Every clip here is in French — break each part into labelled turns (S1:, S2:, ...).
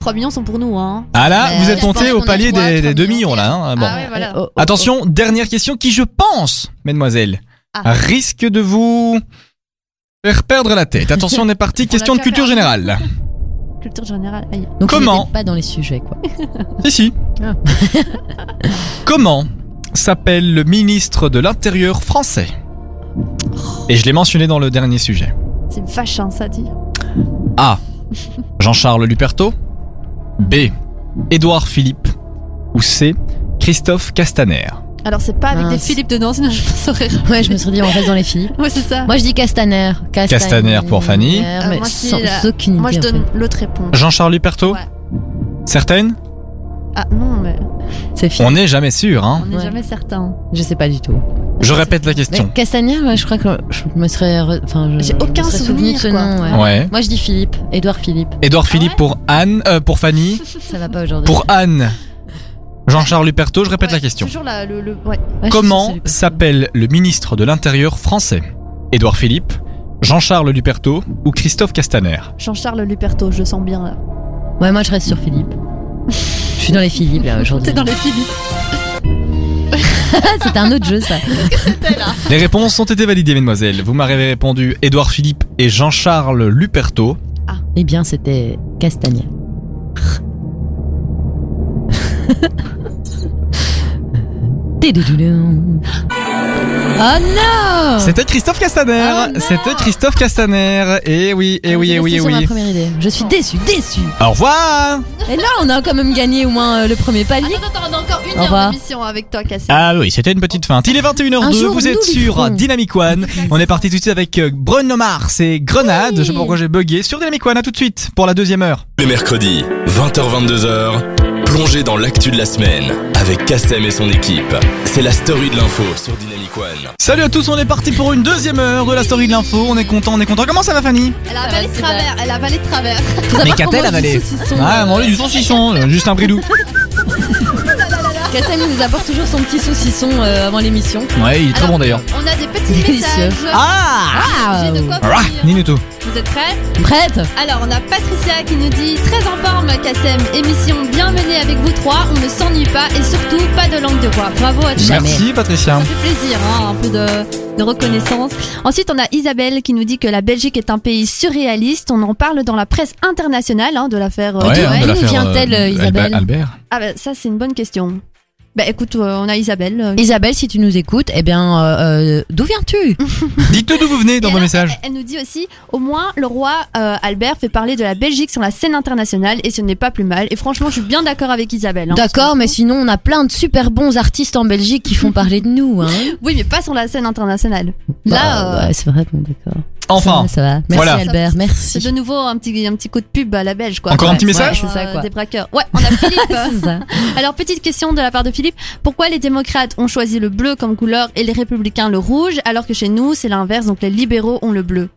S1: 3 millions sont pour nous. Hein.
S2: Ah là,
S1: Ouais,
S2: vous
S1: je
S2: êtes monté
S1: pense
S2: au
S1: qu'on a
S2: palier
S1: droit à
S2: des,
S1: 3
S2: des 2
S1: millions.
S2: millions là. hein. Bon.
S1: Ah ouais, voilà.
S3: Oh, oh, oh.
S2: Attention, dernière question qui je pense, mesdemoiselles,
S1: Ah.
S2: risque de vous faire perdre la tête. Attention, on est parti. question de
S1: déjà
S2: culture
S1: perdu.
S2: générale.
S1: Culture générale. aïe.
S3: Donc on
S2: Comment
S3: était pas dans les sujets quoi.
S2: Si, si.
S3: Ah.
S2: Comment s'appelle le ministre de l'Intérieur français Et je l'ai mentionné dans le dernier sujet.
S1: C'est fâchant ça, dit.
S2: A. Jean-Charles Luperto. B. Édouard Philippe. Ou C. Christophe Castaner.
S1: Alors c'est pas avec des
S3: Mince.
S1: Philippe dedans, sinon je saurais.
S3: Ouais, je me suis dit on reste dans les filles.
S1: Ouais, c'est ça.
S3: Moi je dis Castaner.
S2: Castaner pour Fanny.
S3: mais
S1: Euh, moi, je dis,
S3: sans
S1: euh,
S3: aucune idée.
S1: Moi, je
S3: en
S1: donne l'autre réponse.
S2: Jean-Charles Luperto
S1: Ouais.
S2: Certaine
S1: Ah non, mais
S3: fait. C'est fini.
S2: On n'est jamais sûr, hein.
S1: on n'est
S3: Ouais.
S1: jamais certain.
S3: Je sais pas du tout.
S2: Je répète la
S3: Mais
S2: question.
S3: Castaner, ouais, je crois que je me serais. re- Enfin, je-
S1: J'ai
S3: je me
S1: aucun
S3: serais
S1: souvenir,
S3: souvenu de ce
S1: quoi.
S3: nom, ouais.
S2: Ouais.
S3: Moi je dis Philippe, Édouard Philippe.
S2: Édouard Philippe pour Anne, euh, pour Fanny,
S3: Ça va pas aujourd'hui.
S2: pour Anne. Jean-Charles Luperto, je répète
S1: Ouais,
S2: la question.
S1: Toujours la, le, le- ouais.
S3: Ouais, je
S2: Comment
S3: suis sûre que c'est lui.
S2: s'appelle le ministre de l'Intérieur français Édouard Philippe, Jean-Charles Luperto ou Christophe Castaner
S1: Jean-Charles Luperto, je le sens bien là.
S3: Ouais, moi je reste sur Philippe. Je suis dans les Philippe là aujourd'hui. Ah,
S1: T'es dans les Philippe.
S3: C'est un autre jeu ça.
S2: Les réponses ont été validées, mesdemoiselles. Vous m'avez répondu Édouard Philippe et Jean-Charles Luperto.
S3: Eh bien, c'était Castaner. Tidididou. Oh non
S2: C'était Christophe
S3: Ah
S2: Castaner
S3: non
S2: C'était Christophe Castaner Et oui, et eh oui, et oui, et
S3: C'est ma
S2: oui.
S3: première idée. Je suis déçue, déçue.
S2: Au revoir
S3: Et là, on a quand même gagné au moins euh, le premier palier.
S1: Attends, attends, on a encore une
S3: Au
S1: heure
S3: revoir.
S1: d'émission avec toi, Cassie.
S2: Ah oui, c'était une petite feinte. Il est 21h02,
S3: Un jour,
S2: vous
S3: nous
S2: êtes
S3: les
S2: sur
S3: ferons.
S2: Dynamic One. On est parti tout de suite avec euh, Bruno Mars et Grenade. Je sais pas pourquoi j'ai bugué. Sur Dynamic One, à tout de suite pour la deuxième heure.
S4: Le mercredi, 20h-22h, plongez dans l'actu de la semaine avec Kassem et son équipe. C'est la story de l'info sur Dynamic One.
S2: Salut à tous, on est parti pour une deuxième heure de la story de l'info. On est content, on est content. Comment ça va Fanny
S1: Elle a avalé
S3: va,
S1: de
S3: c'est
S1: travers, elle a avalé de travers.
S2: Mais
S3: qu'a-t-elle avalé
S2: Ah, manger du saucisson, euh, juste un bridou.
S3: Kassem il nous apporte toujours son petit saucisson euh, avant l'émission.
S2: Ouais, il est très
S3: Ah.
S1: Alors,
S2: bon d'ailleurs.
S1: On a des petits
S3: Délicieux.
S1: messages.
S2: Ah
S3: Ah,
S1: J'ai de quoi vous
S2: Ah,
S1: dire.
S2: Ninito.
S1: Vous êtes prêts
S3: Prête
S1: Alors, on a Patricia qui nous dit Très en forme, Kassem. Émission bien menée avec vous trois. On ne s'ennuie pas et surtout pas de langue de bois. Bravo à tous.
S2: Merci Patricia.
S1: Ça fait plaisir, hein, un peu de, de reconnaissance. Ensuite, on a Isabelle qui nous dit que la Belgique est un pays surréaliste. On en parle dans la presse internationale hein, de l'affaire. euh,
S2: Ouais,
S1: Tourelle.
S2: hein, de
S3: d'où
S2: l'affaire,
S3: vient-elle,
S2: euh,
S3: Isabelle
S2: Albert.
S1: Ah bah, ça, c'est une bonne question. Bah écoute, euh, on a Isabelle. euh,
S3: Isabelle, si tu nous écoutes, eh bien, euh, euh, d'où viens-tu
S2: Dites-nous d'où vous venez dans
S3: Eh
S1: Et
S2: vos
S1: alors,
S2: messages.
S1: Elle elle nous dit aussi, au moins le roi euh, Albert fait parler de la Belgique sur la scène internationale et ce n'est pas plus mal. Et franchement, je suis bien d'accord avec Isabelle. hein.
S3: D'accord, mais sinon, on a plein de super bons artistes en Belgique qui font parler de nous. Hein.
S1: Oui, mais pas sur la scène internationale. Là,
S3: Bah,
S1: euh,
S3: ouais, c'est vrai, bon, d'accord.
S2: Enfin,
S3: Ça, va, ça va. Merci
S2: voilà.
S3: Albert, merci.
S1: c'est de nouveau un petit, un petit coup de pub à la Belge. Quoi.
S2: Encore un petit
S1: Ouais,
S2: message
S1: ouais,
S3: C'est ça, quoi.
S1: Des braqueurs. Ouais, on a Philippe.
S3: C'est ça.
S1: Alors, petite question de la part de Philippe. Pourquoi les démocrates ont choisi le bleu comme couleur et les républicains le rouge, alors que chez nous, c'est l'inverse, donc les libéraux ont le bleu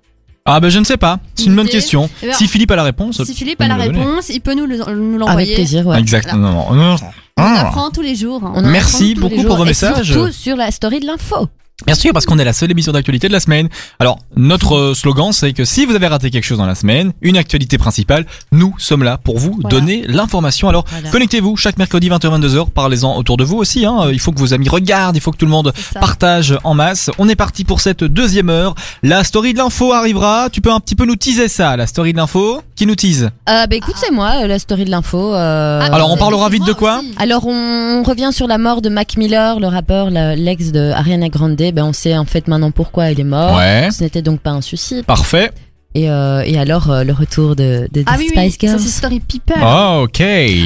S2: Ah ben je ne sais pas, c'est une bonne
S1: Idée.
S2: question.
S1: Eh ben,
S2: Si Philippe a la réponse.
S1: Si Philippe a la
S2: nous le donner.
S1: réponse, il peut nous le- nous
S3: Avec
S1: l'envoyer.
S3: plaisir, ouais.
S2: Exactement.
S1: on
S2: Ah.
S1: apprend tous les jours. hein.
S3: On en
S2: Merci
S3: apprend tous
S2: beaucoup
S3: les
S2: pour
S3: jours,
S2: vos
S3: et
S2: messages.
S3: Surtout sur la story de l'info.
S2: Bien sûr, parce qu'on est la seule émission d'actualité de la semaine. Alors, notre euh, slogan, c'est que si vous avez raté quelque chose dans la semaine, une actualité principale, nous sommes là pour vous
S3: Voilà.
S2: donner l'information. Alors,
S3: Voilà.
S2: connectez-vous chaque mercredi 20h-22h, parlez-en autour de vous aussi. Hein. Euh, Il faut que vos amis regardent, il faut que tout le monde
S1: C'est ça.
S2: partage en masse. On est parti pour cette deuxième heure. La story de l'info arrivera. Tu peux un petit peu nous teaser ça, la story de l'info Qui nous tease
S3: Euh, bah, écoute, c'est moi, euh, la story de l'info. euh,
S1: Ah,
S2: Alors, on
S1: c'est-
S2: parlera
S1: c'est
S2: vite de
S1: moi
S2: quoi
S1: aussi.
S3: Alors on revient sur la mort de Mac Miller, le rappeur, la- l'ex de Ariana Grande. Ben on sait en fait maintenant pourquoi il est mort.
S2: Ouais.
S3: Ce n'était donc pas un suicide.
S2: Parfait.
S3: Et, euh, et alors euh, le retour de, de, de
S1: Ah oui,
S3: Spice
S1: oui, ça
S3: Girls.
S1: c'est Story People.
S2: Oh, ok.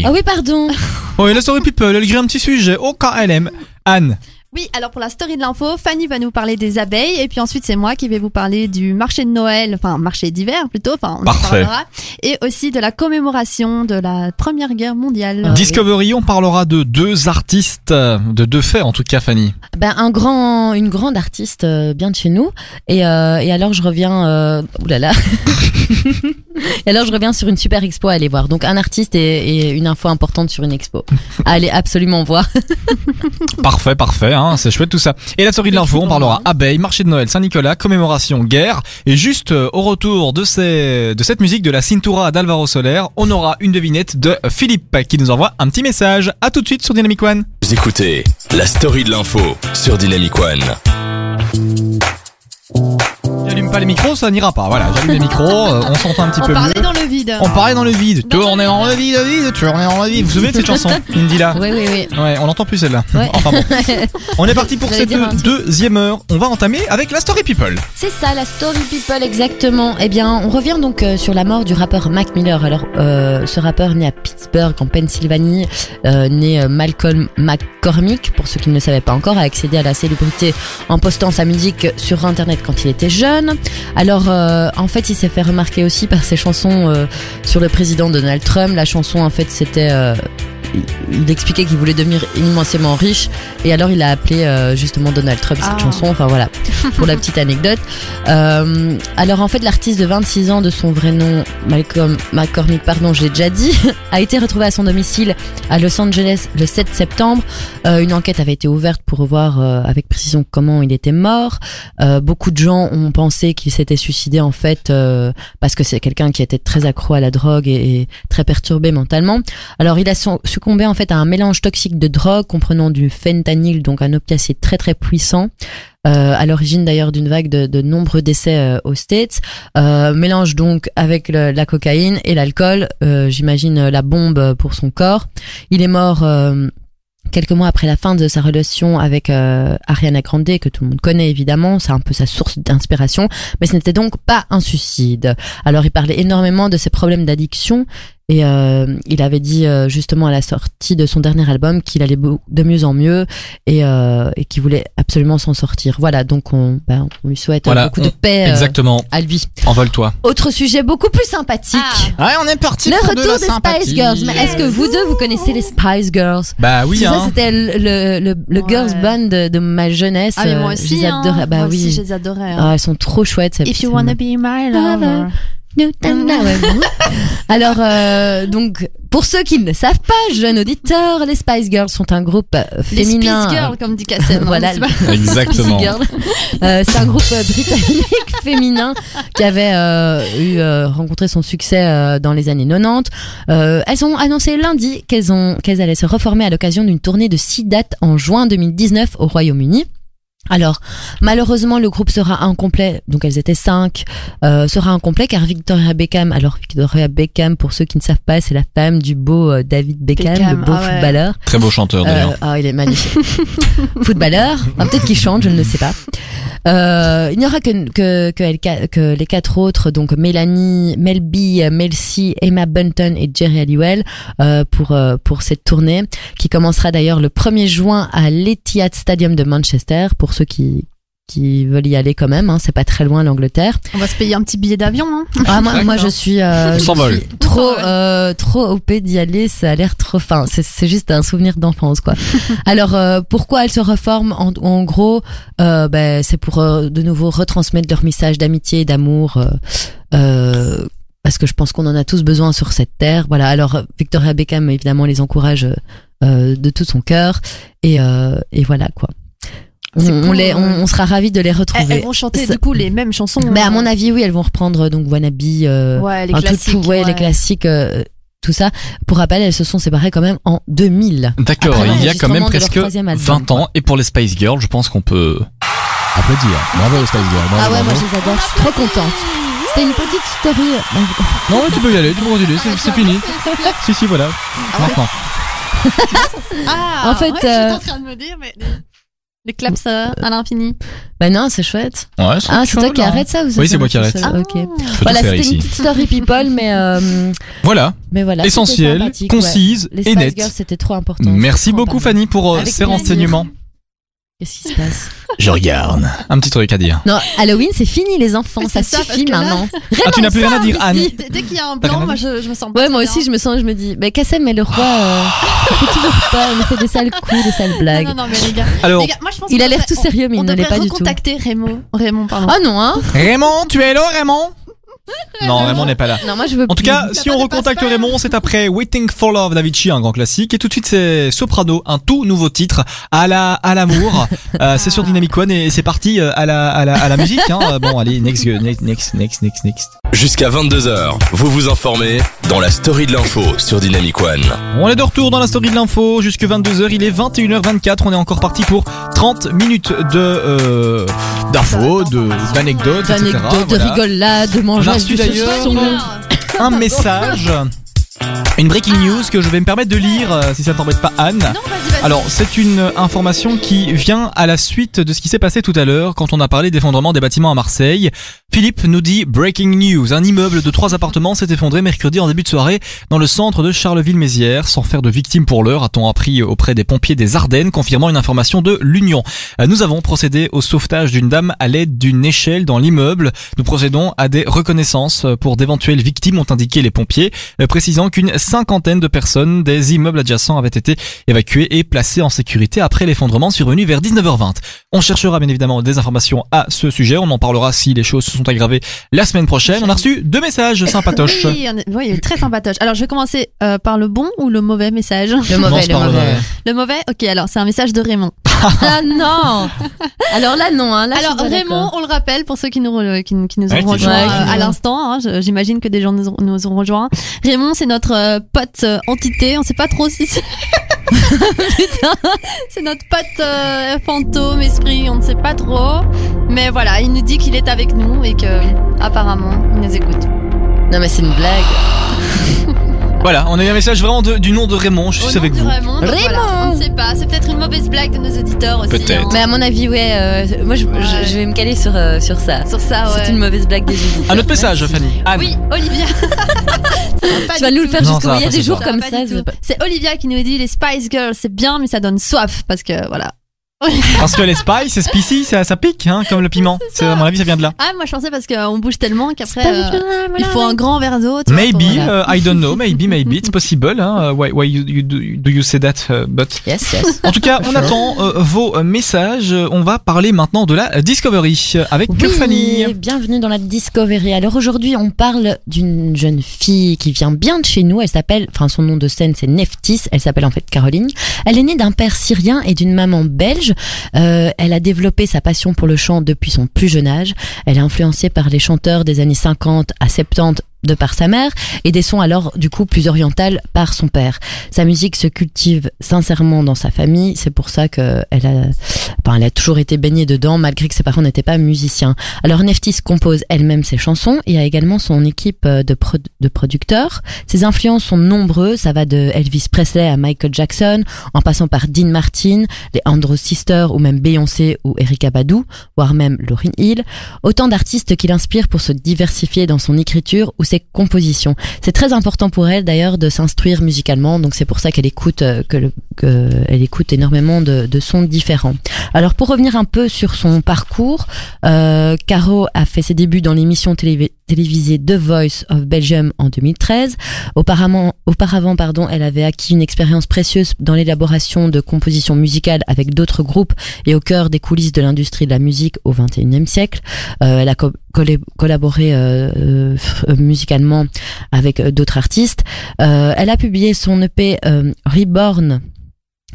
S3: Ah oui pardon.
S2: Oui, la story people, elle grille un petit sujet. Oh, KLM. Anne.
S1: Oui, alors pour la story de l'info, Fanny va nous parler des abeilles et puis ensuite c'est moi qui vais vous parler du marché de Noël, enfin marché d'hiver plutôt, enfin on en
S2: Parfait.
S1: parlera, et aussi de la commémoration de la Première Guerre mondiale.
S3: Ah oui.
S2: Discovery, on parlera de deux artistes, euh, de deux faits en tout cas, Fanny.
S3: Ben un grand, une grande artiste euh, bien de chez nous. Et, euh, et alors je reviens. Euh, oulala. Et alors, je reviens sur une super expo à aller voir. Donc, un artiste et, et une info importante sur une expo. À aller absolument voir.
S2: Parfait, parfait, hein, c'est chouette tout ça. Et la story de l'info, on parlera abeilles, marché de Noël, Saint-Nicolas, commémoration, guerre. Et juste euh, au retour de, ces, de cette musique de la Cintura d'Alvaro Soler, on aura une devinette de Philippe qui nous envoie un petit message. À tout de suite sur Dynamic One.
S4: Vous écoutez la story de l'info sur Dynamic One.
S2: J'allume pas les micros, Oh, ça n'ira pas. Voilà, j'allume les micros, euh, on s'entend un petit
S1: On
S2: peu
S1: parlait
S2: mieux.
S1: dans le vide.
S2: On parlait dans le vide.
S1: Dans
S2: tu
S1: le
S2: en es dans le vide, vide, tu en es dans le vide. Vous vous souvenez de cette chanson, Indila
S3: Oui, oui, oui.
S2: Ouais, on l'entend plus celle-là.
S3: Ouais.
S2: Enfin bon. On est parti pour
S3: J'allais
S2: cette
S3: dire un
S2: deuxième heure. On va entamer avec la story people.
S3: C'est ça, la story people, exactement. Eh bien, on revient donc euh, sur la mort du rappeur Mac Miller. Alors, euh, ce rappeur né à Pittsburgh, en Pennsylvanie, euh, né euh, Malcolm McCormick, pour ceux qui ne le savaient pas encore, a accédé à la célébrité en postant sa musique sur Internet quand il était jeune. Alors, euh, en fait, il s'est fait remarquer aussi par ses chansons euh, sur le président Donald Trump. La chanson, en fait, c'était... euh, il- il expliquait qu'il voulait devenir immensément riche et alors il a appelé euh, justement Donald Trump cette
S1: Ah.
S3: chanson enfin voilà pour la petite anecdote euh, alors en fait, l'artiste de 26 ans de son vrai nom, Malcolm McCormick, pardon, j'ai déjà dit, a été retrouvé à son domicile à Los Angeles le 7 septembre. Euh, une enquête avait été ouverte pour voir euh, avec précision comment il était mort. Euh, beaucoup de gens ont pensé qu'il s'était suicidé en fait euh, parce que c'est quelqu'un qui était très accro à la drogue et, et très perturbé mentalement. Alors il a son- succombé en fait à un mélange toxique de drogue comprenant du fentanyl, donc un opiacé très très puissant. Euh, à l'origine d'ailleurs d'une vague de, de nombreux décès euh, aux States, Euh, mélange donc avec le- la cocaïne et l'alcool, euh, j'imagine euh, la bombe pour son corps. Il est mort euh, quelques mois après la fin de sa relation avec euh, Ariana Grande, que tout le monde connaît évidemment, c'est un peu sa source d'inspiration, mais ce n'était donc pas un suicide. Alors il parlait énormément de ses problèmes d'addiction. Et euh, il avait dit euh, justement à la sortie de son dernier album qu'il allait beau- de mieux en mieux, et, euh, et qui voulait absolument s'en sortir. Voilà, donc on, ben, on lui souhaite
S2: Voilà,
S3: beaucoup
S2: on-
S3: de paix euh,
S2: Exactement.
S3: à lui.
S2: Envole-toi.
S3: Autre sujet beaucoup plus sympathique.
S1: Ah.
S2: Ouais, on est parti
S3: Le
S2: pour de la
S3: retour des
S2: sympathie.
S3: Spice Girls. Mais est-ce que vous deux, vous connaissez les Spice Girls
S2: Bah oui,
S3: C'est ça,
S2: hein.
S3: c'était le, le, le
S1: Ouais.
S3: girls band de, de ma jeunesse.
S1: Ah, mais moi
S3: Euh,
S1: aussi.
S3: Je les
S1: hein.
S3: adorais. Bah
S1: moi
S3: oui.
S1: Aussi, je les adorais. hein.
S3: Ah, elles sont trop chouettes. ces
S1: If
S3: petites
S1: you wanna
S3: mamans.
S1: be my
S3: Lover.
S1: lover.
S3: Nutella, ouais, bon. Alors, euh, donc, pour ceux qui ne le savent pas, jeunes auditeurs, les Spice Girls sont un groupe euh,
S1: Les Spice
S3: féminin.
S1: Girls, comme dit Kassem.
S3: Voilà.
S1: hein, n'est-ce pas
S2: Exactement.
S3: Girl. Euh, c'est un groupe euh, britannique féminin qui avait euh, eu euh, rencontré son succès euh, dans les années 90. Euh, elles ont annoncé lundi qu'elles ont qu'elles allaient se reformer à l'occasion d'une tournée de six dates en juin 2019 au Royaume-Uni. Alors, malheureusement, le groupe sera incomplet, donc elles étaient cinq, euh, sera incomplet car Victoria Beckham, alors Victoria Beckham, pour ceux qui ne savent pas, c'est la femme du beau euh, David Beckham,
S1: Beckham,
S3: le beau
S1: ah ouais.
S3: footballeur.
S2: Très beau chanteur
S3: Euh,
S2: d'ailleurs.
S3: ah, il est magnifique. Footballeur. Ah, Peut-être qu'il chante, je ne le sais pas. Euh, il n'y aura que, que, que, elle- que les quatre autres, donc Mélanie, Mel B, Mel C, Emma Bunton et Jerry Halliwell, euh, pour, euh, pour cette tournée qui commencera d'ailleurs le 1er juin à l'Etihad Stadium de Manchester, pour ceux qui qui veulent y aller quand même, hein, c'est pas très loin l'Angleterre.
S1: On va se payer un petit billet d'avion. hein.
S3: Ah, moi, moi je suis,
S2: On
S3: euh, je
S2: s'envole.
S3: suis trop euh, trop OP d'y aller, ça a l'air trop fin. C'est- C'est juste un souvenir d'enfance quoi. Alors euh, pourquoi elles se reforment en, en gros euh, ben, c'est pour euh, de nouveau retransmettre leur message d'amitié et d'amour euh, euh, parce que je pense qu'on en a tous besoin sur cette terre. Voilà. Alors euh, Victoria Beckham évidemment les encourage euh, euh, de tout son cœur et euh, et voilà quoi. On,
S1: C'est
S3: on
S1: cool,
S3: les, on,
S1: ouais.
S3: on sera ravis de les retrouver.
S1: Elles, elles vont chanter
S3: Ça-
S1: du coup les mêmes chansons. hein.
S3: Mais à mon avis, oui, elles vont reprendre donc Wannabe, euh,
S1: ouais, les
S3: un tout- tout-
S1: classiques.
S3: ouais, les classiques, euh, tout ça. Pour rappel, elles se sont séparées quand même en 2000.
S2: D'accord,
S3: Après
S2: il y a quand même
S3: l'enregistrement de leur
S2: presque
S3: troisième album,
S2: 20 ans. Et pour les Spice Girls, je pense qu'on peut applaudir. Bravo les Spice Girls. bravo,
S3: ah ouais, moi
S2: bravo.
S3: je les adore, je suis trop contente. C'était une petite story.
S2: Non, mais tu peux y aller, tu peux continuer, c'est Ah, c'est fini. Si, si, voilà. Maintenant.
S1: Ah,
S3: En fait,
S1: ouais, j'étais
S3: euh,
S1: en train de me dire, mais les, les claps euh, à l'infini.
S3: Bah non, c'est chouette.
S2: Ouais, c'est
S3: Ah, c'est toi
S2: cool,
S3: qui
S2: hein.
S3: arrête ça ou
S2: Oui, c'est moi qui
S3: tout
S2: arrête.
S3: seul Euh, Ok.
S1: Ah.
S2: hein. Je peux
S3: Voilà,
S2: tout faire
S3: c'était une
S2: ici.
S3: petite story people, mais euh,
S2: Voilà,
S3: mais voilà. c'était
S2: essentiel,
S3: sympathique, ouais.
S2: concise
S3: Les
S2: et
S3: Spice
S2: net.
S3: Girls, c'était trop important.
S2: Merci
S3: Trop
S2: beaucoup
S3: important.
S2: Fanny pour euh,
S3: Avec
S2: ces
S3: plaisir.
S2: renseignements.
S3: Qu'est-ce qui se passe
S2: Je regarde. Un petit truc à dire.
S3: Non, Halloween, c'est fini les enfants,
S1: Mais
S3: ça
S1: c'est ça, parce
S3: suffit
S1: que là-
S3: maintenant.
S2: Ah, tu n'as plus rien à dire, Anne.
S1: Dès, dès qu'il y a un blanc, moi je, je me sens pas
S3: Ouais,
S1: très
S3: moi
S1: bien.
S3: aussi, je me sens, je me dis, mais Kassem est le roi. Euh, il fait toujours pas, il me fait des sales coups, des sales blagues.
S1: Non, non, non, mais les gars,
S2: Alors,
S1: les gars, moi je pense
S3: Il
S1: qu'on
S3: a l'air
S1: devrait-
S3: tout Ah, sérieux, mais
S1: on-
S3: il
S1: On
S3: ne l'est
S1: devrait
S3: pas du tout.
S1: recontacter Raymond. Raymond, pardon.
S3: Oh non, hein
S2: Raymond, tu es là, Raymond Non, vraiment, on n'est pas là.
S3: Non, moi je veux
S2: En tout
S3: plus.
S2: cas,
S1: Ça
S2: si
S1: va,
S2: on
S1: ne
S2: recontacte
S1: passe pas.
S2: Raymond, c'est après Waiting for Love d'Avicii, un grand classique. Et tout de suite, c'est Soprano, un tout nouveau titre à la à l'amour. Euh, c'est sur Dynamic One et c'est parti euh, à la à la à la musique. Hein. Euh, Bon, allez, next euh, next next next next next.
S4: Jusqu'à 22h, vous vous informez dans la story de l'info sur Dynamic One.
S2: On est de retour dans la story de l'info jusque 22h. Il est 21h24. On est encore parti pour 30 minutes de euh, d'infos, de d'anecdotes, etc.
S3: D'anecdotes, de
S2: Voilà.
S3: rigolades, de mangeages,
S2: reçu
S3: de
S2: d'ailleurs-
S3: saucisson.
S2: Un message. Une breaking news que je vais me permettre de lire euh, si ça t'embête pas Anne.
S1: Non, vas-y, vas-y.
S2: Alors, c'est une information qui vient à la suite de ce qui s'est passé tout à l'heure quand on a parlé d'effondrement des bâtiments à Marseille. Philippe nous dit Breaking News. Un immeuble de trois appartements s'est effondré mercredi en début de soirée dans le centre de Charleville-Mézières. Sans faire de victimes pour l'heure, a-t-on appris auprès des pompiers des Ardennes, confirmant une information de l'Union. Euh, Nous avons procédé au sauvetage d'une dame à l'aide d'une échelle dans l'immeuble. Nous procédons à des reconnaissances euh, pour d'éventuelles victimes, ont indiqué les pompiers, euh, précisant qu'une cinquantaine de personnes des immeubles adjacents avaient été évacués et placés en sécurité après l'effondrement survenu vers 19h20. On cherchera bien évidemment des informations à ce sujet. On en parlera si les choses se sont aggravées la semaine prochaine. On a reçu deux messages sympatoches.
S1: Oui, on est- oui, très sympatoche. Alors, je vais commencer euh, par le bon ou le mauvais message
S3: Le mauvais,
S2: Commence
S3: le
S2: par
S3: mauvais.
S1: Le mauvais Ok, alors, c'est un message de Raymond.
S3: Ah non Alors là, non. Hein, là,
S1: alors,
S3: je suis pas
S1: Raymond, on le rappelle pour ceux qui nous, re- qui, qui nous ont
S2: Ouais, qui-
S1: rejoints
S3: Ouais,
S1: euh,
S3: qui nous
S1: à
S3: ont-
S1: l'instant. hein, je- J'imagine que des gens nous ont, nous ont rejoints. Raymond, c'est notre euh, pote euh, entité. On sait pas trop si c'est. Putain, c'est notre pote euh, fantôme, esprit, on ne sait pas trop. Mais voilà, il nous dit qu'il est avec nous et que apparemment, il nous écoute.
S3: d'accord. Non, mais c'est une blague.
S2: Voilà, on a eu un message vraiment de- du nom de Raymond. Je
S1: Au
S2: suis
S1: nom
S2: avec
S1: du
S2: vous.
S1: Raymond, donc
S3: Raymond
S1: voilà, on ne sait pas. C'est peut-être une mauvaise blague de nos auditeurs aussi. hein.
S2: Peut-être.
S3: Mais à mon avis, ouais, euh, moi je, je-
S1: Ouais.
S3: je vais me caler sur, euh, sur ça.
S1: hein. Sur ça, ouais.
S3: C'est une mauvaise blague des auditeurs.
S2: Un autre message, Fanny. Anne.
S1: Oui, Olivia.
S3: Tu vas nous le faire
S2: Non, ça
S3: jusqu'au
S2: va
S3: bout. Il y a
S2: pas,
S3: des
S2: ça
S3: jours
S2: va
S3: comme
S1: pas
S3: ça.
S1: du
S3: je-
S1: tout. C'est Olivia qui nous dit les Spice Girls, c'est bien, mais ça donne soif parce que voilà.
S2: Parce que les spices, c'est spicy, ça, ça pique, hein, comme le piment. C'est, à mon avis, ça vient de là.
S1: Ah, moi je pensais parce qu'on bouge tellement qu'après
S3: Pas
S1: euh,
S3: du tout, voilà.
S1: il faut un grand verre d'eau. tu vois,
S2: Maybe,
S1: pour, voilà.
S2: uh, I don't know, maybe, maybe, it's possible. Hein. uh, Why, why you, you do, do you say that? uh, but
S3: Yes, yes.
S2: en tout cas, on attend euh, vos euh, messages. Euh, On va parler maintenant de la Discovery euh, avec
S3: Oui,
S2: Fanny.
S3: bienvenue dans la Discovery. Alors aujourd'hui, on parle d'une jeune fille qui vient bien de chez nous. Elle s'appelle, enfin son nom de scène c'est Neftis. Elle s'appelle en fait Caroline. Elle est née d'un père syrien et d'une maman belge. Euh, elle a développé sa passion pour le chant depuis son plus jeune âge. Elle est influencée par les chanteurs des années 50 à 70 de par sa mère et des sons alors du coup plus orientales par son père. Sa musique se cultive sincèrement dans sa famille, c'est pour ça que elle a, enfin, elle a toujours été baignée dedans malgré que ses parents n'étaient pas musiciens. Alors Neftis compose elle-même ses chansons et a également son équipe euh, de, prod- de producteurs. Ses influences sont nombreuses, ça va de Elvis Presley à Michael Jackson, en passant par Dean Martin, les Andrews Sisters ou même Beyoncé ou Erika Badu, voire même Lauryn Hill. Autant d'artistes qui l'inspirent pour se diversifier dans son écriture ou ses compositions. C'est très important pour elle d'ailleurs de s'instruire musicalement, donc c'est pour ça qu'elle écoute, euh, que le- que elle écoute énormément de, de sons différents. Alors pour revenir un peu sur son parcours, euh, Caro a fait ses débuts dans l'émission télévi- télévisée The Voice of Belgium en 2013. Auparavant, auparavant pardon, elle avait acquis une expérience précieuse dans l'élaboration de compositions musicales avec d'autres groupes et au cœur des coulisses de l'industrie de la musique au XXIe siècle. Euh, elle a co- collé- collaboré euh, euh, f- euh, musicalement avec euh, d'autres artistes. Euh, elle a publié son EP euh, Reborn.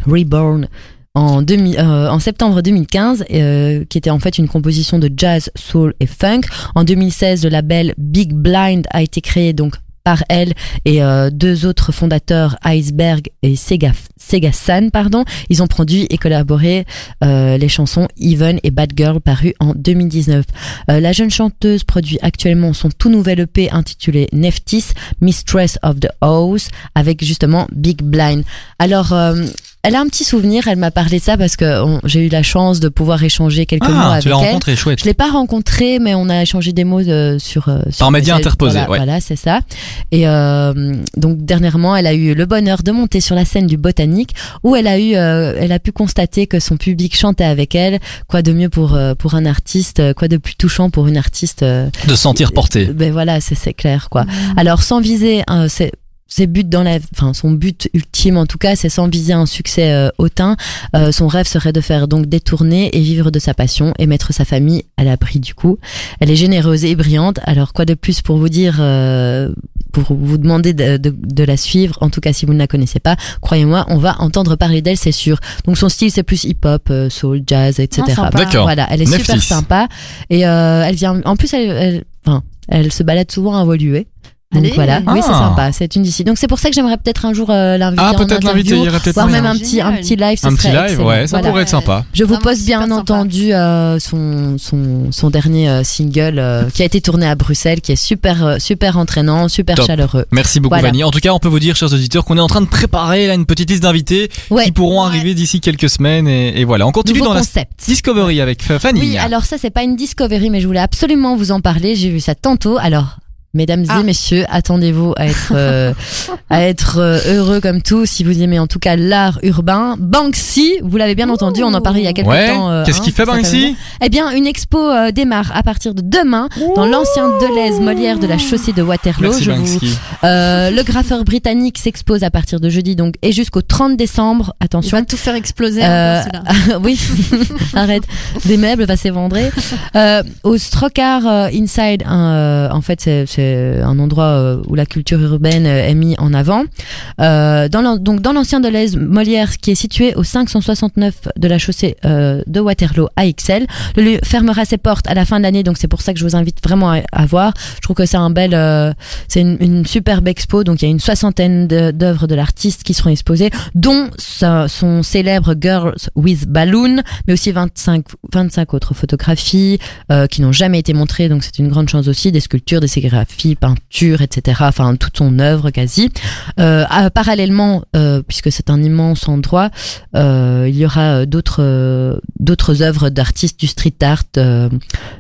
S3: Reborn en, 2000, euh, en septembre 2015, euh, qui était en fait une composition de jazz, soul et funk. En 2016, le label Big Blind a été créé donc par elle et euh, deux autres fondateurs, Iceberg et Sega, Sega San, pardon. Ils ont produit et collaboré euh, les chansons Even et Bad Girl parues en 2019. Euh, la jeune chanteuse produit actuellement son tout nouvel EP intitulé Neftis, Mistress of the House, avec justement Big Blind. Alors, euh, elle a un petit souvenir, elle m'a parlé de ça parce que on- j'ai eu la chance de pouvoir échanger quelques mots
S2: Ah,
S3: avec
S2: tu l'as
S3: elle.
S2: rencontré, chouette.
S3: Je l'ai pas rencontré, mais on a échangé des mots euh, sur, euh, sur
S2: Par média
S3: Voilà,
S2: interposé, ouais.
S3: Voilà, c'est ça. Et euh, donc dernièrement, elle a eu le bonheur de monter sur la scène du Botanique, où elle a eu, euh, elle a pu constater que son public chantait avec elle. Quoi de mieux pour euh, pour un artiste euh, Quoi de plus touchant pour une artiste euh,
S2: De sentir porté.
S1: Mm.
S3: Ben voilà, c'est c'est clair quoi. Alors sans viser, hein, c'est ses buts dans la, enfin son but ultime en tout cas, c'est sans viser un succès euh, hautain. Euh, son rêve serait de faire donc des tournées et vivre de sa passion et mettre sa famille à l'abri du coup. Elle est généreuse et brillante. Alors quoi de plus pour vous dire, euh, pour vous demander de, de- de la suivre. En tout cas, si vous ne la connaissez pas, croyez-moi, on va entendre parler d'elle, c'est sûr. Donc son style, c'est plus hip-hop, euh, soul, jazz, etc.
S1: Ah, sympa.
S2: D'accord.
S3: Voilà, elle est super
S2: Netflix.
S3: sympa et euh, elle vient. En plus, elle, elle, enfin, elle se balade souvent à Woluwe. Donc
S1: Allez.
S3: voilà, oui
S2: Ah.
S3: c'est sympa, c'est une d'ici. Donc c'est pour ça que j'aimerais peut-être un jour euh, l'inviter
S2: Ah,
S3: en
S2: peut-être l'inviter, il
S3: interview,
S2: y aurait peut-être
S3: voire
S2: moyen.
S3: même un petit un
S1: Génial.
S3: petit live, ce
S2: Un petit
S3: serait
S2: live,
S3: excellent.
S2: ouais, ça
S3: Voilà.
S2: pourrait être sympa.
S3: Je vous
S1: Vraiment
S3: pose
S1: Ah, super
S3: bien
S1: sympa.
S3: entendu euh, son, son, son dernier euh, single euh, qui a été tourné à Bruxelles, qui est super, euh, super entraînant, super
S2: Top.
S3: chaleureux.
S2: Merci beaucoup,
S3: Voilà.
S2: Vanny. En tout cas, on peut vous dire, chers auditeurs, qu'on est en train de préparer là une petite liste d'invités
S3: Ouais.
S2: qui pourront
S1: Ouais.
S2: arriver d'ici quelques semaines. Et, et voilà, on continue
S3: Nouveau
S2: dans
S3: concept.
S2: la Discovery avec F- Fanny.
S3: Oui, alors ça, c'est pas une discovery, mais je voulais absolument vous en parler. J'ai vu ça tantôt. Alors, mesdames
S1: Ah.
S3: et messieurs, attendez-vous à être, euh, à être euh, heureux comme tout si vous aimez en tout cas l'art urbain. Banksy, vous l'avez bien entendu, on en parlait il y a quelques
S2: ouais.
S3: temps. euh,
S2: Qu'est-ce
S3: hein,
S2: qu'il fait,
S3: ça longtemps.
S2: Banksy
S3: Eh bien, une expo euh, démarre à partir de demain dans l'ancien Deleuze Molière de la chaussée de Waterloo.
S2: Merci,
S3: Je vous-
S2: Banksy.
S3: Euh, le graffeur britannique s'expose à partir de jeudi donc et jusqu'au 30 décembre.
S1: Tu
S3: Attention.
S1: vas tout faire exploser.
S3: Euh,
S1: hein, celui-là.
S3: oui, arrête. Des meubles va s'évendrer. Euh, au Strocar euh, Inside, un, euh, en fait, c'est- c'est un endroit euh, où la culture urbaine euh, est mise en avant. Euh, dans l'an- donc dans l'ancien Deleuze Molière, qui est situé au 569 de la chaussée euh, de Waterloo à XL, le lieu fermera ses portes à la fin de l'année. Donc c'est pour ça que je vous invite vraiment à, à voir. Je trouve que c'est un bel, euh, c'est une, une superbe expo. Donc il y a une soixantaine de- d'œuvres de l'artiste qui seront exposées dont sa- son célèbre Girls with Balloon, mais aussi 25, 25 autres photographies euh, qui n'ont jamais été montrées, donc c'est une grande chance aussi, des sculptures, des sérigraphies, peintures, etc. Enfin, toute son œuvre quasi. Euh, ah, parallèlement, euh, puisque c'est un immense endroit, euh, il y aura euh, d'autres euh, d'autres œuvres d'artistes du street art euh,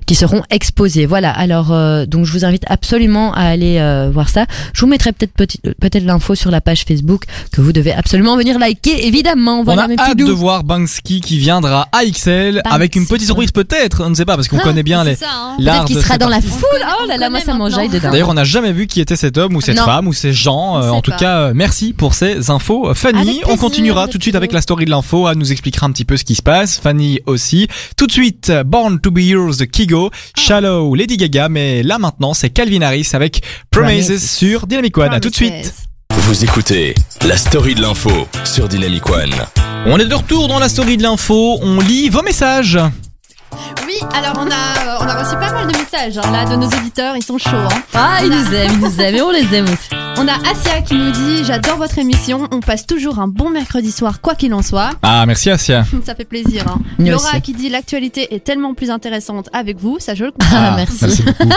S3: qui seront exposées. Voilà, alors, euh, donc je vous invite absolument à aller euh, voir ça. Je vous mettrai peut-être petit- peut-être l'info sur la page Facebook que vous devez absolument venir liker, évidemment. Voilà,
S2: on
S3: mes
S2: a
S3: petits
S2: hâte de
S3: doux.
S2: voir Banksy qui viendra à XL avec une
S3: Banksy.
S2: petite surprise peut-être, on ne sait pas parce qu'on
S3: Ah,
S2: connaît bien
S1: C'est
S2: les.
S1: ça, hein.
S2: l'art
S3: Peut-être qu'il
S2: de
S3: sera
S2: cet
S3: dans la
S2: artiste.
S3: foule.
S1: On
S3: Oh là là, moi
S1: connaît
S3: ça m'enjaille
S1: maintenant.
S3: dedans.
S2: D'ailleurs, on n'a jamais vu qui était cet homme ou cette
S3: Non.
S2: femme ou ces gens.
S1: On
S2: Euh, en
S1: sait
S2: tout
S1: pas.
S2: cas, euh, merci pour ces infos, Euh, Fanny.
S3: Avec
S2: on
S3: plaisir,
S2: continuera
S3: avec
S2: tout de suite avec
S3: plaisir.
S2: la story de l'info. Anne nous expliquera un petit peu ce qui se passe. Fanny aussi. Tout de suite, euh, Born to be Yours de Kigo,
S3: Ah.
S2: Shallow, Lady Gaga. Mais là maintenant, c'est Calvin Harris avec Promises,
S3: Promises.
S2: sur Dynamic One. À tout de suite.
S1: Promises.
S4: Vous écoutez la story de l'info sur Dynamic One.
S2: On est de retour dans la story de l'info. On lit vos messages.
S1: Oui, alors on a, euh, on a reçu pas mal de messages hein, là de nos auditeurs, ils sont chauds. hein.
S3: Ah, ils
S1: On a-
S3: nous aiment, ils nous aiment et on les aime aussi.
S1: On a Asia qui nous dit J'adore votre émission, on passe toujours un bon mercredi soir, quoi qu'il en soit.
S2: Ah, merci Asia.
S1: Ça fait plaisir. Hein.
S3: Nous
S1: Laura
S3: aussi.
S1: qui dit L'actualité est tellement plus intéressante avec vous, ça je le comprends.
S3: Ah, merci.
S2: beaucoup.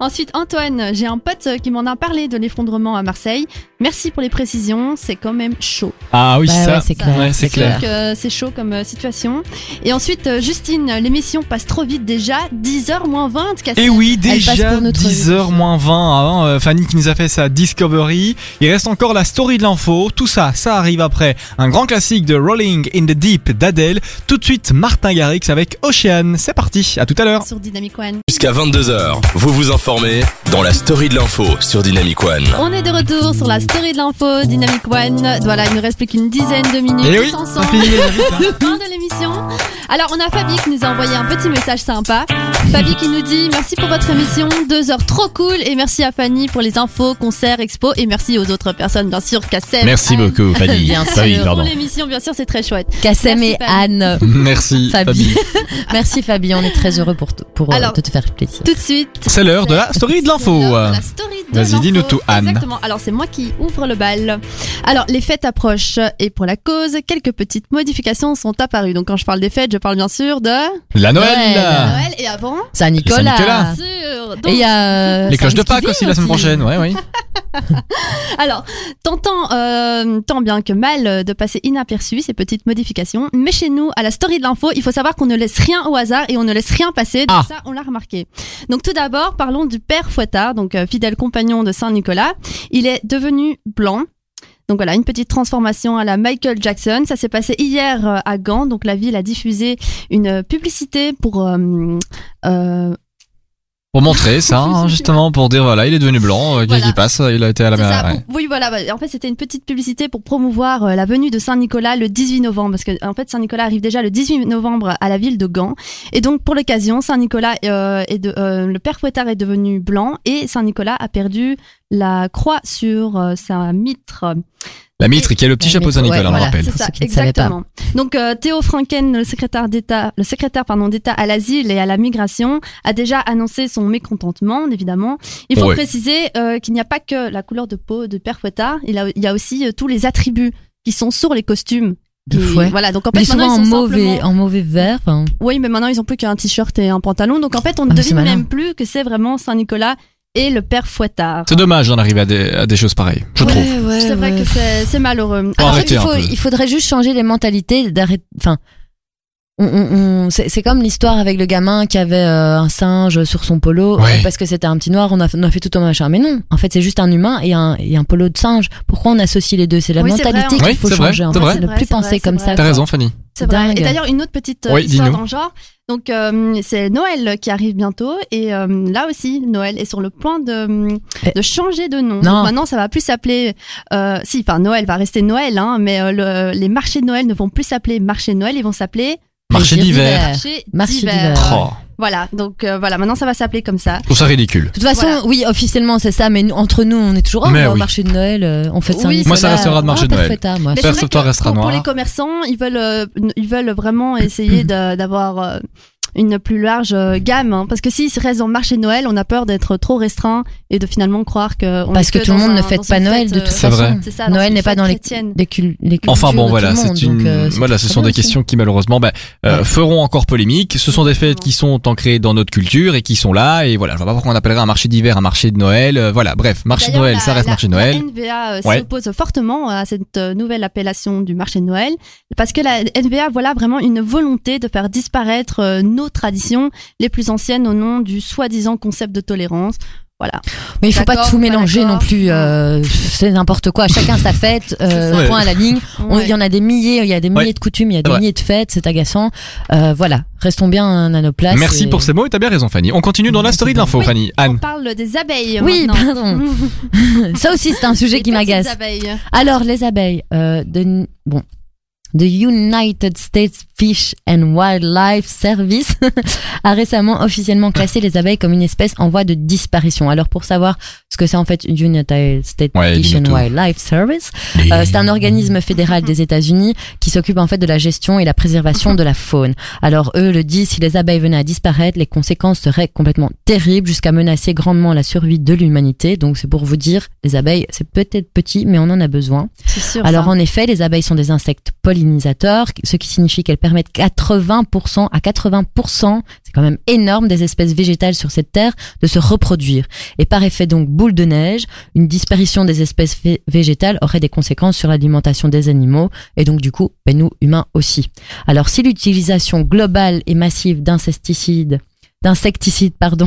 S1: Ensuite, Antoine, j'ai un pote euh, qui m'en a parlé de l'effondrement à Marseille. Merci pour les précisions, c'est quand même chaud.
S2: Ah oui,
S3: Bah
S2: ça.
S3: ouais, c'est clair.
S2: Ouais, c'est
S3: C'est clair.
S2: clair.
S1: Donc euh, c'est chaud comme euh, situation. Et ensuite, euh, Justine, l'émission passe trop vite déjà, 10h moins 20. Cassie.
S2: Et oui,
S3: passe
S2: déjà
S3: pour notre
S2: 10h moins 20 avant euh, Fanny qui nous a fait sa Discovery. Il reste encore la story de l'info. Tout ça, ça arrive après un grand classique de Rolling in the Deep d'Adèle. Tout de suite, Martin Garrix avec Ocean. C'est parti, à tout à l'heure.
S1: Sur Dynamic One.
S4: Jusqu'à 22h, vous vous informez dans la story de l'info sur Dynamic One.
S1: On est de retour sur la story de l'info Dynamic One. Voilà, il nous reste plus qu'une dizaine de minutes.
S2: Et
S1: Tous
S2: Eh oui, ça
S1: ensemble.
S2: finit les invités, hein.
S1: fin de l'émission. Alors, on a Fabi qui nous a envoyé un petit message sympa. Fabi qui nous dit Merci pour votre émission, deux heures trop cool. Et merci à Fanny pour les infos, concerts, expos. Et merci aux autres personnes, bien sûr, Kassem. Anne.
S3: Fanny. Bien
S1: Euh, pour l'émission, bien sûr, c'est très chouette.
S3: Kassem
S1: Merci,
S3: et
S1: Fabien.
S3: Anne. euh,
S2: Merci,
S3: Fabien.
S2: Fabi.
S3: Merci Fabien, on est très heureux pour, t- pour euh,
S1: Alors-
S3: de te faire plaisir.
S1: Tout de suite.
S2: C'est l'heure de la story de l'info.
S1: C'est l'heure de la story de
S2: Vas-y,
S1: l'info.
S2: dis-nous tout, Anne.
S1: Exactement. Alors, c'est moi qui ouvre le bal. Alors, les fêtes approchent. Et pour la cause, quelques petites modifications sont apparues. Donc, quand je parle des fêtes, je parle bien sûr de
S2: La Noël.
S3: Noël. Ah.
S1: Noël et avant.
S3: Saint-Nicolas.
S2: Saint-Nicolas.
S1: Sûr.
S3: Et
S1: Donc,
S3: il y a. euh,
S2: Les cloches de Pâques
S3: Thanksgiving
S2: aussi la semaine prochaine, ouais, oui.
S1: Alors, tentant euh, tant bien que mal euh, de passer inaperçu ces petites modifications, mais chez nous, à la story de l'info, il faut savoir qu'on ne laisse rien au hasard et on ne laisse rien passer. Donc
S2: Ah.
S1: ça, on l'a remarqué. Donc tout d'abord, parlons du père Fouettard, donc euh, fidèle compagnon de Saint Nicolas. Il est devenu blanc. Donc voilà, une petite transformation à la Michael Jackson. Ça s'est passé hier euh, à Gand. Donc la ville a diffusé une publicité pour euh, euh,
S2: Pour montrer ça, hein, justement, pour dire voilà, il est devenu blanc, euh, qu'est-ce
S1: Voilà.
S2: qui passe, il a été à la
S1: C'est ça,
S2: mer.
S1: pour- Oui, voilà. bah, En fait, c'était une petite publicité pour promouvoir euh, la venue de Saint-Nicolas le 18 novembre. Parce que, euh, en fait, Saint-Nicolas arrive déjà le 18 novembre à la ville de Gand. Et donc, pour l'occasion, Saint-Nicolas euh, est de, euh, le père Fouettard est devenu blanc et Saint-Nicolas a perdu la croix sur euh, sa mitre.
S2: La mitre qui est le petit
S3: La
S2: chapeau de
S3: mitre, ouais,
S2: Saint-Nicolas, on le
S1: Voilà,
S2: rappelle.
S1: c'est ça,
S3: ceux qui ne savaient pas.
S1: exactement. Donc euh, Théo Franken, le secrétaire d'État, le secrétaire pardon d'État à l'asile et à la migration, a déjà annoncé son mécontentement, évidemment. Il faut
S2: Ouais.
S1: préciser euh, qu'il n'y a pas que la couleur de peau de Père Fouettard, il, a- il y a aussi euh, tous les attributs qui sont sur les costumes.
S3: De
S1: Et
S3: fouet.
S1: Voilà, donc en fait
S3: Mais souvent
S1: maintenant
S3: en
S1: ils sont
S3: mauvais, hein.
S1: simplement-
S3: en mauvais vert. enfin,
S1: Oui, mais maintenant ils ont plus qu'un t-shirt et un pantalon, donc en fait on ne
S3: Ah, mais c'est
S1: devine
S3: malin.
S1: même plus que c'est vraiment Saint Nicolas et le Père Fouettard.
S2: C'est dommage d'en arriver à des, à des choses pareilles, je trouve.
S1: C'est vrai que c'est c'est malheureux.
S2: Faut
S1: Alors,
S3: Ah, Après,
S2: arrêter
S3: il,
S2: un
S3: faut-
S2: peu.
S3: il faudrait juste changer les mentalités d'arrêter. Enfin, on- on- on- c'est c'est comme l'histoire avec le gamin qui avait euh, un singe sur son polo
S2: Ouais.
S3: euh, parce que c'était un petit noir. On a, fait- on a fait tout un machin, mais non. En fait, c'est juste un humain et un, et un polo de singe. Pourquoi on associe les deux C'est la
S1: Oui, c'est vrai,
S3: mentalité
S1: en
S2: fait.
S3: qu'il faut
S2: Oui, c'est vrai,
S3: changer. en
S2: c'est
S3: fait.
S2: vrai.
S3: C'est ne
S1: C'est
S3: plus
S1: vrai,
S3: penser
S1: c'est
S3: comme
S1: vrai.
S3: ça.
S2: T'as
S3: quoi.
S2: raison, Fanny.
S1: C'est vrai.
S3: Dingue.
S1: Et d'ailleurs, une autre petite euh,
S2: Oui,
S1: histoire
S2: dis-nous.
S1: dans le genre. Donc, euh, c'est Noël qui arrive bientôt. Et euh, là aussi, Noël est sur le point de,
S3: Eh.
S1: de changer de nom.
S3: Non.
S1: Donc maintenant, ça va plus s'appeler... euh, si, enfin, Noël va rester Noël, hein, mais euh, le- les marchés de Noël ne vont plus s'appeler marché de Noël, ils vont s'appeler
S2: Marché
S3: Plaisir
S2: d'hiver.
S3: d'hiver.
S1: marché
S3: Marché
S1: d'hiver.
S3: d'hiver.
S2: Oh,
S1: Voilà, donc euh, voilà, maintenant ça va s'appeler comme ça.
S2: je trouve ça ridicule.
S3: De toute façon,
S1: Voilà.
S3: oui, officiellement c'est ça, mais nous- entre nous, on est toujours oh,
S2: Mais
S3: on va au
S2: oui.
S3: marché de Noël, euh, on fait ça.
S1: Oui,
S3: on
S1: Moi,
S3: fait
S1: ça
S3: là.
S2: restera de marché
S3: Ah,
S2: de Noël.
S3: parfait, ah, moi,
S1: Mais
S2: Faire
S1: c'est vrai
S2: sauveteur
S1: que
S2: restera
S1: pour, pour
S2: noir.
S1: les commerçants, ils veulent, euh, ils veulent vraiment essayer d'a- d'avoir euh, une plus large euh, gamme. hein. parce que s'ils restent en marché de Noël, on a peur d'être trop restreint et de finalement croire que. On
S3: Parce
S1: est
S3: que tout le
S1: dans
S3: monde
S1: un-
S3: ne
S1: dans
S3: fête
S1: une
S3: pas Noël,
S1: fête,
S3: de toute
S1: euh,
S2: façon.
S1: c'est ça, dans
S3: Noël
S1: une
S3: n'est pas
S1: fête
S3: dans les,
S1: chrétienne.
S3: les, cul- les cultures
S2: Enfin bon,
S3: de
S2: voilà,
S3: tout le monde,
S2: c'est une,
S3: donc, euh, c'est
S2: voilà, ce
S3: très
S2: sont
S3: bien
S2: des
S3: aussi.
S2: questions qui malheureusement, ben, euh,
S3: Ouais.
S2: feront encore polémique. Ce sont des fêtes qui sont ancrées dans notre culture et qui sont là. Et voilà, je vois pas pourquoi on appellerait un marché d'hiver un marché de Noël. Euh, voilà, bref, marché de
S1: D'ailleurs,
S2: Noël,
S1: la-
S2: ça reste
S1: la-
S2: marché de Noël.
S1: La NVA euh,
S2: Ouais.
S1: s'oppose fortement à cette euh, nouvelle appellation du marché de Noël parce que la NVA voilà vraiment une volonté de faire disparaître euh, nos traditions les plus anciennes au nom du soi-disant concept de tolérance. Voilà.
S3: Mais il faut pas
S1: D'accord,
S3: tout
S1: pas
S3: mélanger
S1: d'accord.
S3: non plus. euh, c'est n'importe quoi. Chacun sa fête.
S1: C'est
S3: Euh,
S2: ça.
S3: Point à la ligne. On- Il
S1: Ouais.
S3: y en a des milliers. Il y a des milliers
S2: Ouais.
S3: de coutumes. Il y a des
S2: Ouais.
S3: milliers de fêtes. C'est agaçant. Euh, voilà. Restons bien à nos places.
S2: Merci
S3: et-
S2: pour ces mots et t'as bien raison, Fanny. On continue dans la story de l'info,
S1: Oui.
S2: Fanny.
S1: On
S2: Anne.
S1: parle des abeilles.
S3: Oui,
S1: maintenant.
S3: pardon. Ça aussi, c'est un sujet
S1: Les
S3: qui m'agace.
S1: petites abeilles.
S3: Alors, les abeilles, euh, de, bon, The United States Fish and Wildlife Service a récemment officiellement classé les abeilles comme une espèce en voie de disparition. Alors, pour savoir ce que c'est en fait United States
S2: Ouais,
S3: Fish and
S2: dis-nous tout.
S3: Wildlife Service, euh, c'est un organisme fédéral des États-Unis qui s'occupe en fait de la gestion et la préservation de la faune. Alors eux le disent, si les abeilles venaient à disparaître, les conséquences seraient complètement terribles jusqu'à menacer grandement la survie de l'humanité. Donc c'est pour vous dire, les abeilles, c'est peut-être petit, mais on en a besoin.
S1: C'est sûr.
S3: Alors
S1: ça.
S3: en effet, les abeilles sont des insectes pollinisateurs, ce qui signifie qu'elles permettent 80% à 80%, c'est quand même énorme, des espèces végétales sur cette terre de se reproduire. Et par effet donc boule de neige, une disparition des espèces vé- végétales aurait des conséquences sur l'alimentation des animaux et donc du coup, ben, nous humains aussi. Alors si l'utilisation globale et massive d'insecticides, d'insecticides pardon,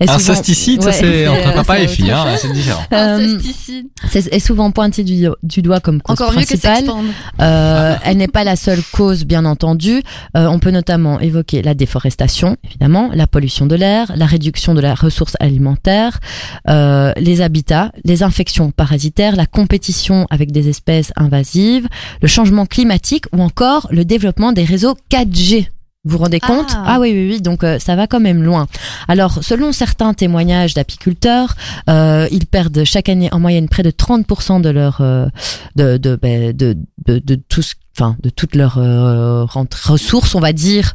S3: est souvent-
S2: Un sasticide, ça
S3: Ouais,
S2: c'est entre
S3: euh,
S2: papa
S3: c'est
S2: et
S3: autre
S2: fille, hein, c'est différent.
S3: euh,
S1: Insecticide.
S3: c'est est souvent pointé du, du doigt comme cause
S1: Encore mieux que
S3: principale.
S1: s'expandre.
S3: Euh, elle n'est pas la seule cause, bien entendu. Euh, on peut notamment évoquer la déforestation, évidemment, la pollution de l'air, la réduction de la ressource alimentaire, euh, les habitats, les infections parasitaires, la compétition avec des espèces invasives, le changement climatique ou encore le développement des réseaux 4G. Vous vous rendez
S1: Ah.
S3: compte ah. oui, oui, oui, donc euh, ça va quand même loin. Alors, selon certains témoignages d'apiculteurs, euh, ils perdent chaque année en moyenne près de 30% de leur... euh, de, de, ben, de, de, de tout ce- enfin, de toutes leurs euh, rent- ressources, on va dire,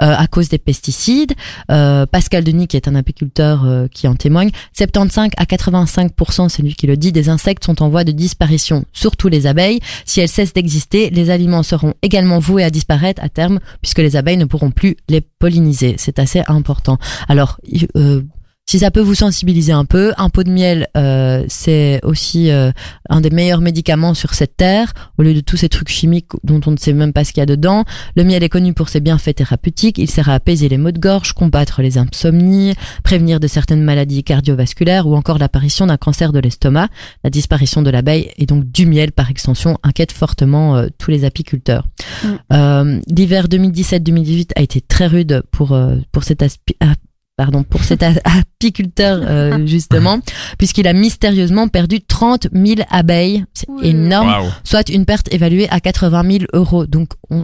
S3: euh, à cause des pesticides. Euh, Pascal Denis, qui est un apiculteur euh, qui en témoigne, 75 à 85%, c'est lui qui le dit, des insectes sont en voie de disparition, surtout les abeilles. Si elles cessent d'exister, les aliments seront également voués à disparaître à terme, puisque les abeilles ne pourront plus les polliniser. C'est assez important. Alors, il- euh, si ça peut vous sensibiliser un peu, un pot de miel, euh, c'est aussi euh, un des meilleurs médicaments sur cette terre, au lieu de tous ces trucs chimiques dont on ne sait même pas ce qu'il y a dedans. Le miel est connu pour ses bienfaits thérapeutiques, il sert à apaiser les maux de gorge, combattre les insomnies, prévenir de certaines maladies cardiovasculaires ou encore l'apparition d'un cancer de l'estomac. La disparition de l'abeille et donc du miel par extension inquiète fortement euh, tous les apiculteurs.
S1: Mm.
S3: Euh, L'hiver 2017-2018 a été très rude pour, euh, pour cet aspi- pardon, pour cet a- apiculteur euh, justement, puisqu'il a mystérieusement perdu 30 000 abeilles. C'est
S1: Ouh.
S3: énorme,
S2: Waouh.
S3: soit une perte évaluée à 80 000 euros. Donc on...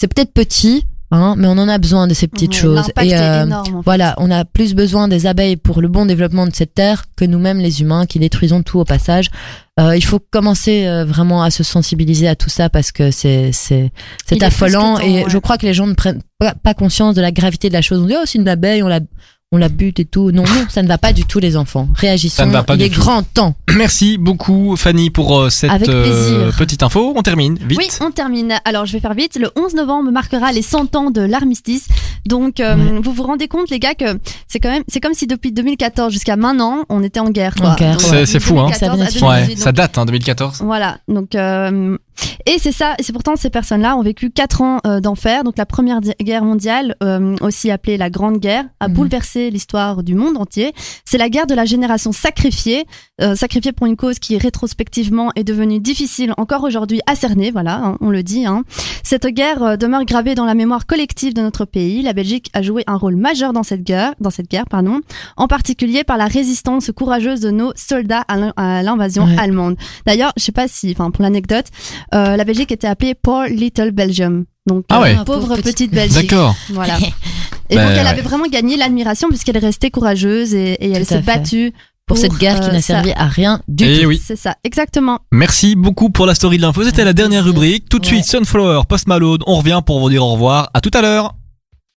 S3: c'est peut-être petit, hein, mais on en a besoin de ces petites
S1: Ouais,
S3: choses.
S1: Mmh, l'impact est
S3: euh,
S1: énorme, en fait.
S3: voilà, on a plus besoin des abeilles pour le bon développement de cette terre que nous-mêmes les humains qui détruisons tout au passage. Euh, il faut commencer euh, vraiment à se sensibiliser à tout ça parce que c'est c'est
S1: Il est
S3: c'est
S1: plus
S3: affolant
S1: que temps,
S3: et
S1: ouais.
S3: je crois que les gens ne prennent pas, pas conscience de la gravité de la chose. On dit oh c'est une abeille, on la on la bute et tout. Non non, ça ne va pas du tout les enfants. Réagissons.
S2: Ça ne va pas
S3: il
S2: du
S3: est
S2: tout.
S3: grand temps.
S2: Merci beaucoup Fanny pour euh, cette
S3: Avec plaisir.
S2: petite info. On termine vite.
S1: Oui, on termine. Alors, je vais faire vite. Le 11 novembre marquera les 100 ans de l'armistice. Donc, euh, vous vous rendez compte, les gars, que c'est quand même, c'est comme si depuis 2014 jusqu'à maintenant, on était en guerre. quoi.
S3: En guerre,
S1: Donc, euh,
S2: ouais.
S1: de
S2: C'est- c'est fou, hein.
S1: 2014 à
S3: Ça vient de-
S1: 2018,
S2: Ouais,
S1: donc,
S2: ça date hein, 2014.
S1: Voilà, donc euh, et c'est ça, et c'est pourtant ces personnes-là ont vécu quatre ans euh, d'enfer. Donc la première di- guerre mondiale, euh, aussi appelée la Grande Guerre, a
S3: Mhm.
S1: bouleversé l'histoire du monde entier. C'est la guerre de la génération sacrifiée, euh, sacrifiée pour une cause qui rétrospectivement est devenue difficile encore aujourd'hui à cerner. Voilà, hein, on le dit. Hein. Cette guerre euh, demeure gravée dans la mémoire collective de notre pays. La Belgique a joué un rôle majeur dans cette guerre, dans cette guerre, pardon, en particulier par la résistance courageuse de nos soldats à l'in- à l'invasion
S3: Ouais.
S1: allemande. D'ailleurs, je sais pas si, enfin pour l'anecdote, euh, la Belgique était appelée Poor Little Belgium. Donc
S2: Ah
S1: euh,
S2: ouais.
S1: pauvre,
S3: Pauvre
S1: petite,
S3: petite-
S1: Belgique.
S2: D'accord.
S1: Voilà. Et
S2: Bah,
S1: donc elle
S2: ouais.
S1: avait vraiment gagné l'admiration puisqu'elle est restée courageuse et, et elle
S3: Tout à
S1: s'est
S3: fait.
S1: battue
S3: Pour, cette guerre qui
S1: euh,
S3: n'a
S1: ça.
S3: servi à rien du tout.
S2: Et Eh oui.
S1: C'est ça, exactement.
S2: Merci beaucoup pour la story de l'info. C'était
S3: Avec
S2: la dernière
S3: plaisir.
S2: rubrique. Tout de
S3: Ouais.
S2: suite Sunflower, Post Malone. On revient pour vous dire au revoir. À tout à l'heure.